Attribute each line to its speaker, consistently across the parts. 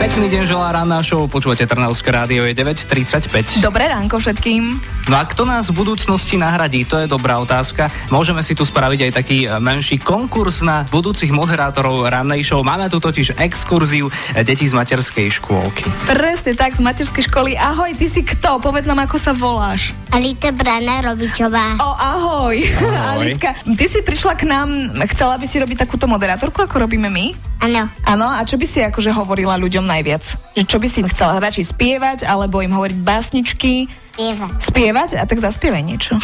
Speaker 1: Pekný deň želá ranná show, počúvate Trnavské rádio je 9.35.
Speaker 2: Dobré ránko všetkým.
Speaker 1: No a kto nás v budúcnosti nahradí, to je dobrá otázka. Môžeme si tu spraviť aj taký e, menší konkurs na budúcich moderátorov rannej show. Máme tu totiž exkurziu e, detí z materskej škôlky.
Speaker 2: Presne tak, z materskej školy. Ahoj, ty si kto? Povedz nám, ako sa voláš.
Speaker 3: Alita Brana Robičová.
Speaker 2: O, ahoj.
Speaker 1: Ahoj.
Speaker 2: Alitka, ty si prišla k nám, chcela by si robiť takúto moderátorku, ako robíme my?
Speaker 3: Áno,
Speaker 2: Áno, a čo by si akože hovorila ľuďom najviac? Že čo by si im chcela radšej spievať, alebo im hovoriť básničky?
Speaker 3: spieva.
Speaker 2: Spievať? A tak zaspievaj niečo.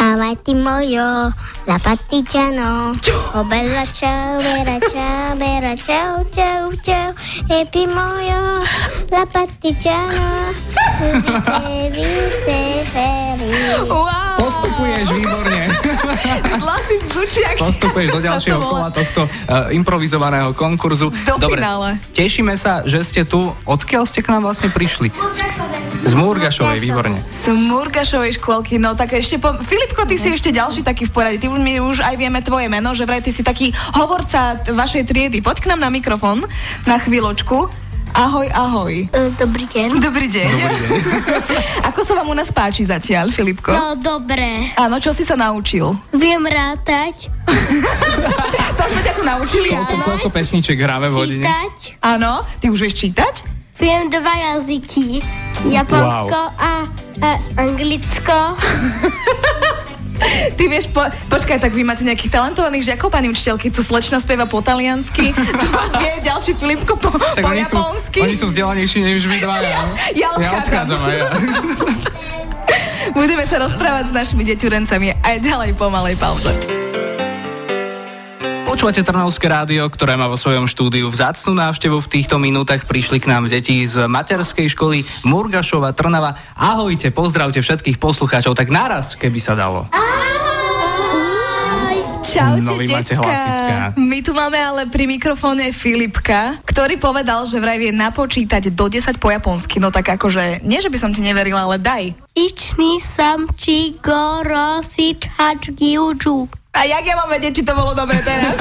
Speaker 3: Ale ty mojo, la patičano. Obela čau, vera čau, vera čau, čau, čau. Epi mojo, la patičano. Vy ste feri.
Speaker 2: Wow,
Speaker 1: Postupuješ výborne.
Speaker 2: ty zlatý vzúčiak.
Speaker 1: Postupuješ do ďalšieho kola tohto uh, improvizovaného konkurzu.
Speaker 2: Do finále.
Speaker 1: Tešíme sa, že ste tu. Odkiaľ ste k nám vlastne prišli? Z, z Múrgašovej, výborne.
Speaker 2: Z Murgašovej škôlky, no tak ešte po... Filipko, ty si ešte ďalší taký v poradí. Ty, už- my už aj vieme tvoje meno, že vraj ty si taký hovorca t- vašej triedy. Poď k nám na mikrofón na chvíľočku. Ahoj, ahoj.
Speaker 3: Dobrý
Speaker 2: E,
Speaker 3: deň.
Speaker 2: Dobrý deň.
Speaker 1: Dobrý deň.
Speaker 2: Ako sa vám u nás páči zatiaľ, Filipko?
Speaker 3: No, dobre.
Speaker 2: Áno, čo si sa naučil?
Speaker 3: Viem rátať,
Speaker 2: To sme ťa tu naučili,
Speaker 1: Koľko,
Speaker 2: áno?
Speaker 1: koľko pesniček hráme v hodine?
Speaker 2: Áno, ty už vieš čítať?
Speaker 3: Viem dva jazyky.
Speaker 1: Japonsko
Speaker 3: a, a anglicko.
Speaker 2: Ty vieš, po, počkaj, tak vy máte nejakých talentovaných žiakov, pani učiteľky, tu slečna spieva po taliansky, tu vám vie ďalší Filipko po,
Speaker 1: Však
Speaker 2: po
Speaker 1: oni, sú,
Speaker 2: japonsky.
Speaker 1: oni sú vzdelanejší než my dva. no.
Speaker 2: Ja- ja odchádzam.
Speaker 1: aj ja.
Speaker 2: Budeme sa rozprávať s našimi deťurencami aj ďalej po malej pauze.
Speaker 1: Počúvate Trnavské rádio, ktoré má vo svojom štúdiu vzácnu návštevu. V týchto minútach prišli k nám deti z materskej školy Murgašova Trnava. Ahojte, pozdravte všetkých poslucháčov. Tak naraz, keby sa dalo.
Speaker 2: Čaute,
Speaker 1: No, vy máte
Speaker 2: decka.
Speaker 1: hlasiská.
Speaker 2: My tu máme ale pri mikrofóne Filipka, ktorý povedal, že vraj vie napočítať do 10 po japonsky. No tak akože, nie že by som ti neverila, ale daj.
Speaker 3: Ični sam či gorosi čač giuđu.
Speaker 2: A jak ja mám vedieť, či to bolo dobre teraz?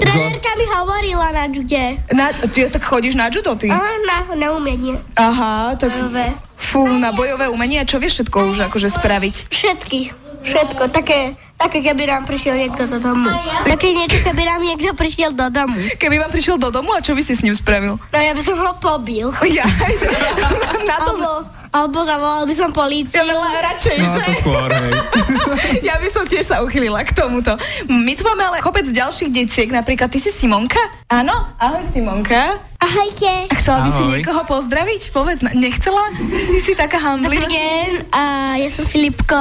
Speaker 3: Trenérka mi hovorila na džude.
Speaker 2: Na, ty, tak chodíš na judo, ty?
Speaker 3: Aha, na, na umenie.
Speaker 2: Aha, tak...
Speaker 3: Bojové.
Speaker 2: Fú, na bojové umenie, čo vieš všetko už akože spraviť?
Speaker 3: Všetky. Všetko. Také, také, keby nám prišiel niekto do domu. Také niečo, keby nám niekto prišiel do domu.
Speaker 2: Keby vám prišiel do domu a čo by si s ním spravil?
Speaker 3: No ja by som ho pobil.
Speaker 2: Ja aj na tom...
Speaker 3: Alebo, alebo zavolal by som
Speaker 2: Ja
Speaker 3: políciu.
Speaker 2: veľa radšej,
Speaker 1: No
Speaker 2: že?
Speaker 1: to skôr, hej.
Speaker 2: Ja by som tiež sa uchylila k tomuto. My tu máme ale kopec ďalších detiek, napríklad ty si Simonka? Áno? Ahoj Simonka.
Speaker 3: Ahojte.
Speaker 2: A chcela by si
Speaker 1: Ahoj.
Speaker 2: niekoho pozdraviť? Povedz, na- nechcela? Ty si taká
Speaker 3: Dobrý
Speaker 2: handlivá.
Speaker 3: deň, a ja som Filipko.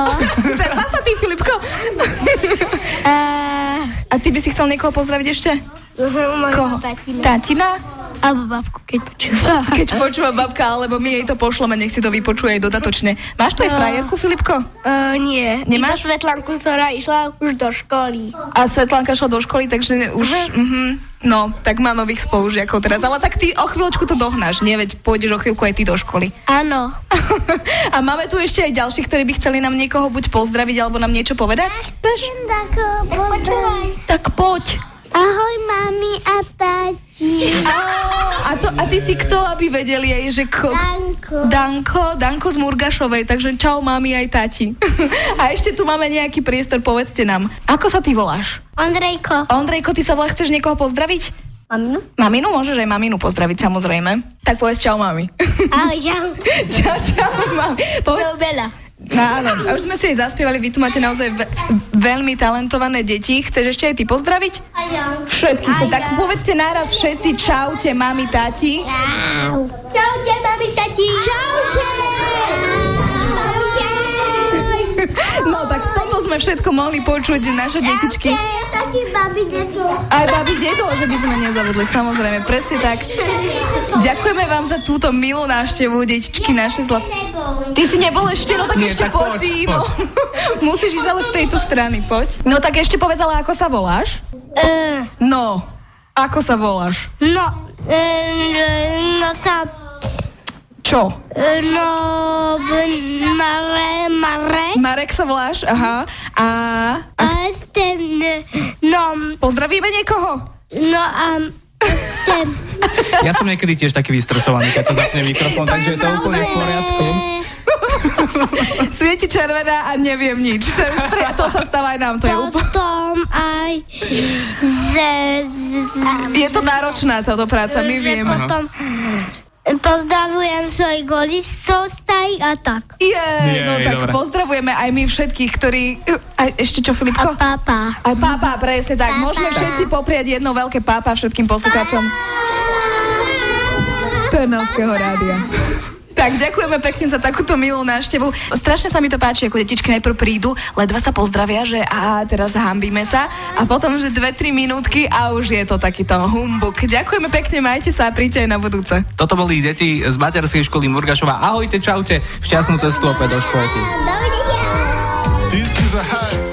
Speaker 2: Zasa ty, Filipko.
Speaker 3: A,
Speaker 2: A ty by si chcel niekoho pozdraviť ešte? Koho?
Speaker 3: Koho?
Speaker 2: Tatina?
Speaker 3: Alebo babku, keď počúva.
Speaker 2: Keď počúva babka, alebo my jej to pošleme, nech si to vypočuje aj dodatočne. Máš tu aj frajerku, Filipko?
Speaker 3: Uh, nie.
Speaker 2: Nemáš?
Speaker 3: Iba Svetlanku, ktorá išla už do školy.
Speaker 2: A Svetlanka šla do školy, takže už... Uh-huh. No, tak má nových spolužiakov teraz. Ale tak ty o chvíľočku to dohnáš, nie? Veď pôjdeš o chvíľku aj ty do školy.
Speaker 3: Áno.
Speaker 2: A máme tu ešte aj ďalších, ktorí by chceli nám niekoho buď pozdraviť, alebo nám niečo povedať? Chceš? Tak poď.
Speaker 3: Ahoj, mami a tati.
Speaker 2: Á, A, to, a ty si kto, aby vedeli aj, že... Ko...
Speaker 3: Danko.
Speaker 2: Danko, Danko z Murgašovej, takže čau mami aj tati. A ešte tu máme nejaký priestor, povedzte nám. Ako sa ty voláš?
Speaker 3: Ondrejko.
Speaker 2: Ondrejko, ty sa volá, chceš niekoho pozdraviť?
Speaker 3: Maminu?
Speaker 2: Maminu, môžeš aj maminu pozdraviť, samozrejme. Tak povedz čau, mami.
Speaker 3: Ahoj, čau.
Speaker 2: čau, čau, mami. Povedz...
Speaker 3: Veľa.
Speaker 2: No, áno, a už sme si aj zaspievali, vy tu máte naozaj ve- veľmi talentované deti. Chceš ešte aj ty pozdraviť? Všetky sa, tak povedzte náraz všetci čaute, mami, tati.
Speaker 3: Čaute, mami, tati. Čaute.
Speaker 2: No tak toto sme všetko mohli počuť, naše detičky.
Speaker 3: Tati, babi, dedo.
Speaker 2: Aj babi, dedo, že by sme nezabudli, samozrejme, presne tak. Ďakujeme vám za túto milú návštevu, detičky naše zlaté. Ty si nebol ešte, no tak
Speaker 1: Nie,
Speaker 2: ešte
Speaker 1: tak poď,
Speaker 2: poď, ty, no. Musíš ísť ale z tejto strany, poď. No tak ešte povedz, ale ako sa voláš? No, ako sa voláš?
Speaker 3: No, eh, no sa,
Speaker 2: Čo?
Speaker 3: eh, no, b- mare, mare,
Speaker 2: Marek sa voláš, aha. A
Speaker 3: a ten, eh, no,
Speaker 2: pozdravíme niekoho?
Speaker 3: Um, No a ten...
Speaker 1: Ja som niekedy tiež taký vystresovaný, keď sa zapne mikrofón, takže je to úplne v poriadku.
Speaker 2: Svieti červená a neviem nič. To, je už pri- to sa stáva aj nám, to je úplne...
Speaker 3: Potom aj z... z, z
Speaker 2: Je to náročná táto práca, my
Speaker 3: že
Speaker 2: vieme.
Speaker 3: Potom pozdravujem svojich golistov starých a tak.
Speaker 2: Je, no
Speaker 1: Jej,
Speaker 2: tak
Speaker 1: dobre.
Speaker 2: pozdravujeme aj my všetkých, ktorí... Aj ešte čo,
Speaker 3: A
Speaker 2: Filipko?
Speaker 3: papa.
Speaker 2: Aj pápa, presne tak.
Speaker 3: Pápa.
Speaker 2: Môžeme všetci popriať jedno veľké pápa všetkým poslucháčom Trnavského rádia. Tak, ďakujeme pekne za takúto milú návštevu. Strašne sa mi to páči, ako detičky najprv prídu, ledva sa pozdravia, že a teraz hambíme sa a potom, že dve, tri minútky a už je to takýto humbuk. Ďakujeme pekne, majte sa a príďte aj na budúce.
Speaker 1: Toto boli deti z materskej školy Murgašova. Ahojte, čaute, šťastnú cestu opäť do školky.
Speaker 3: Dovidenia.
Speaker 4: This is a high.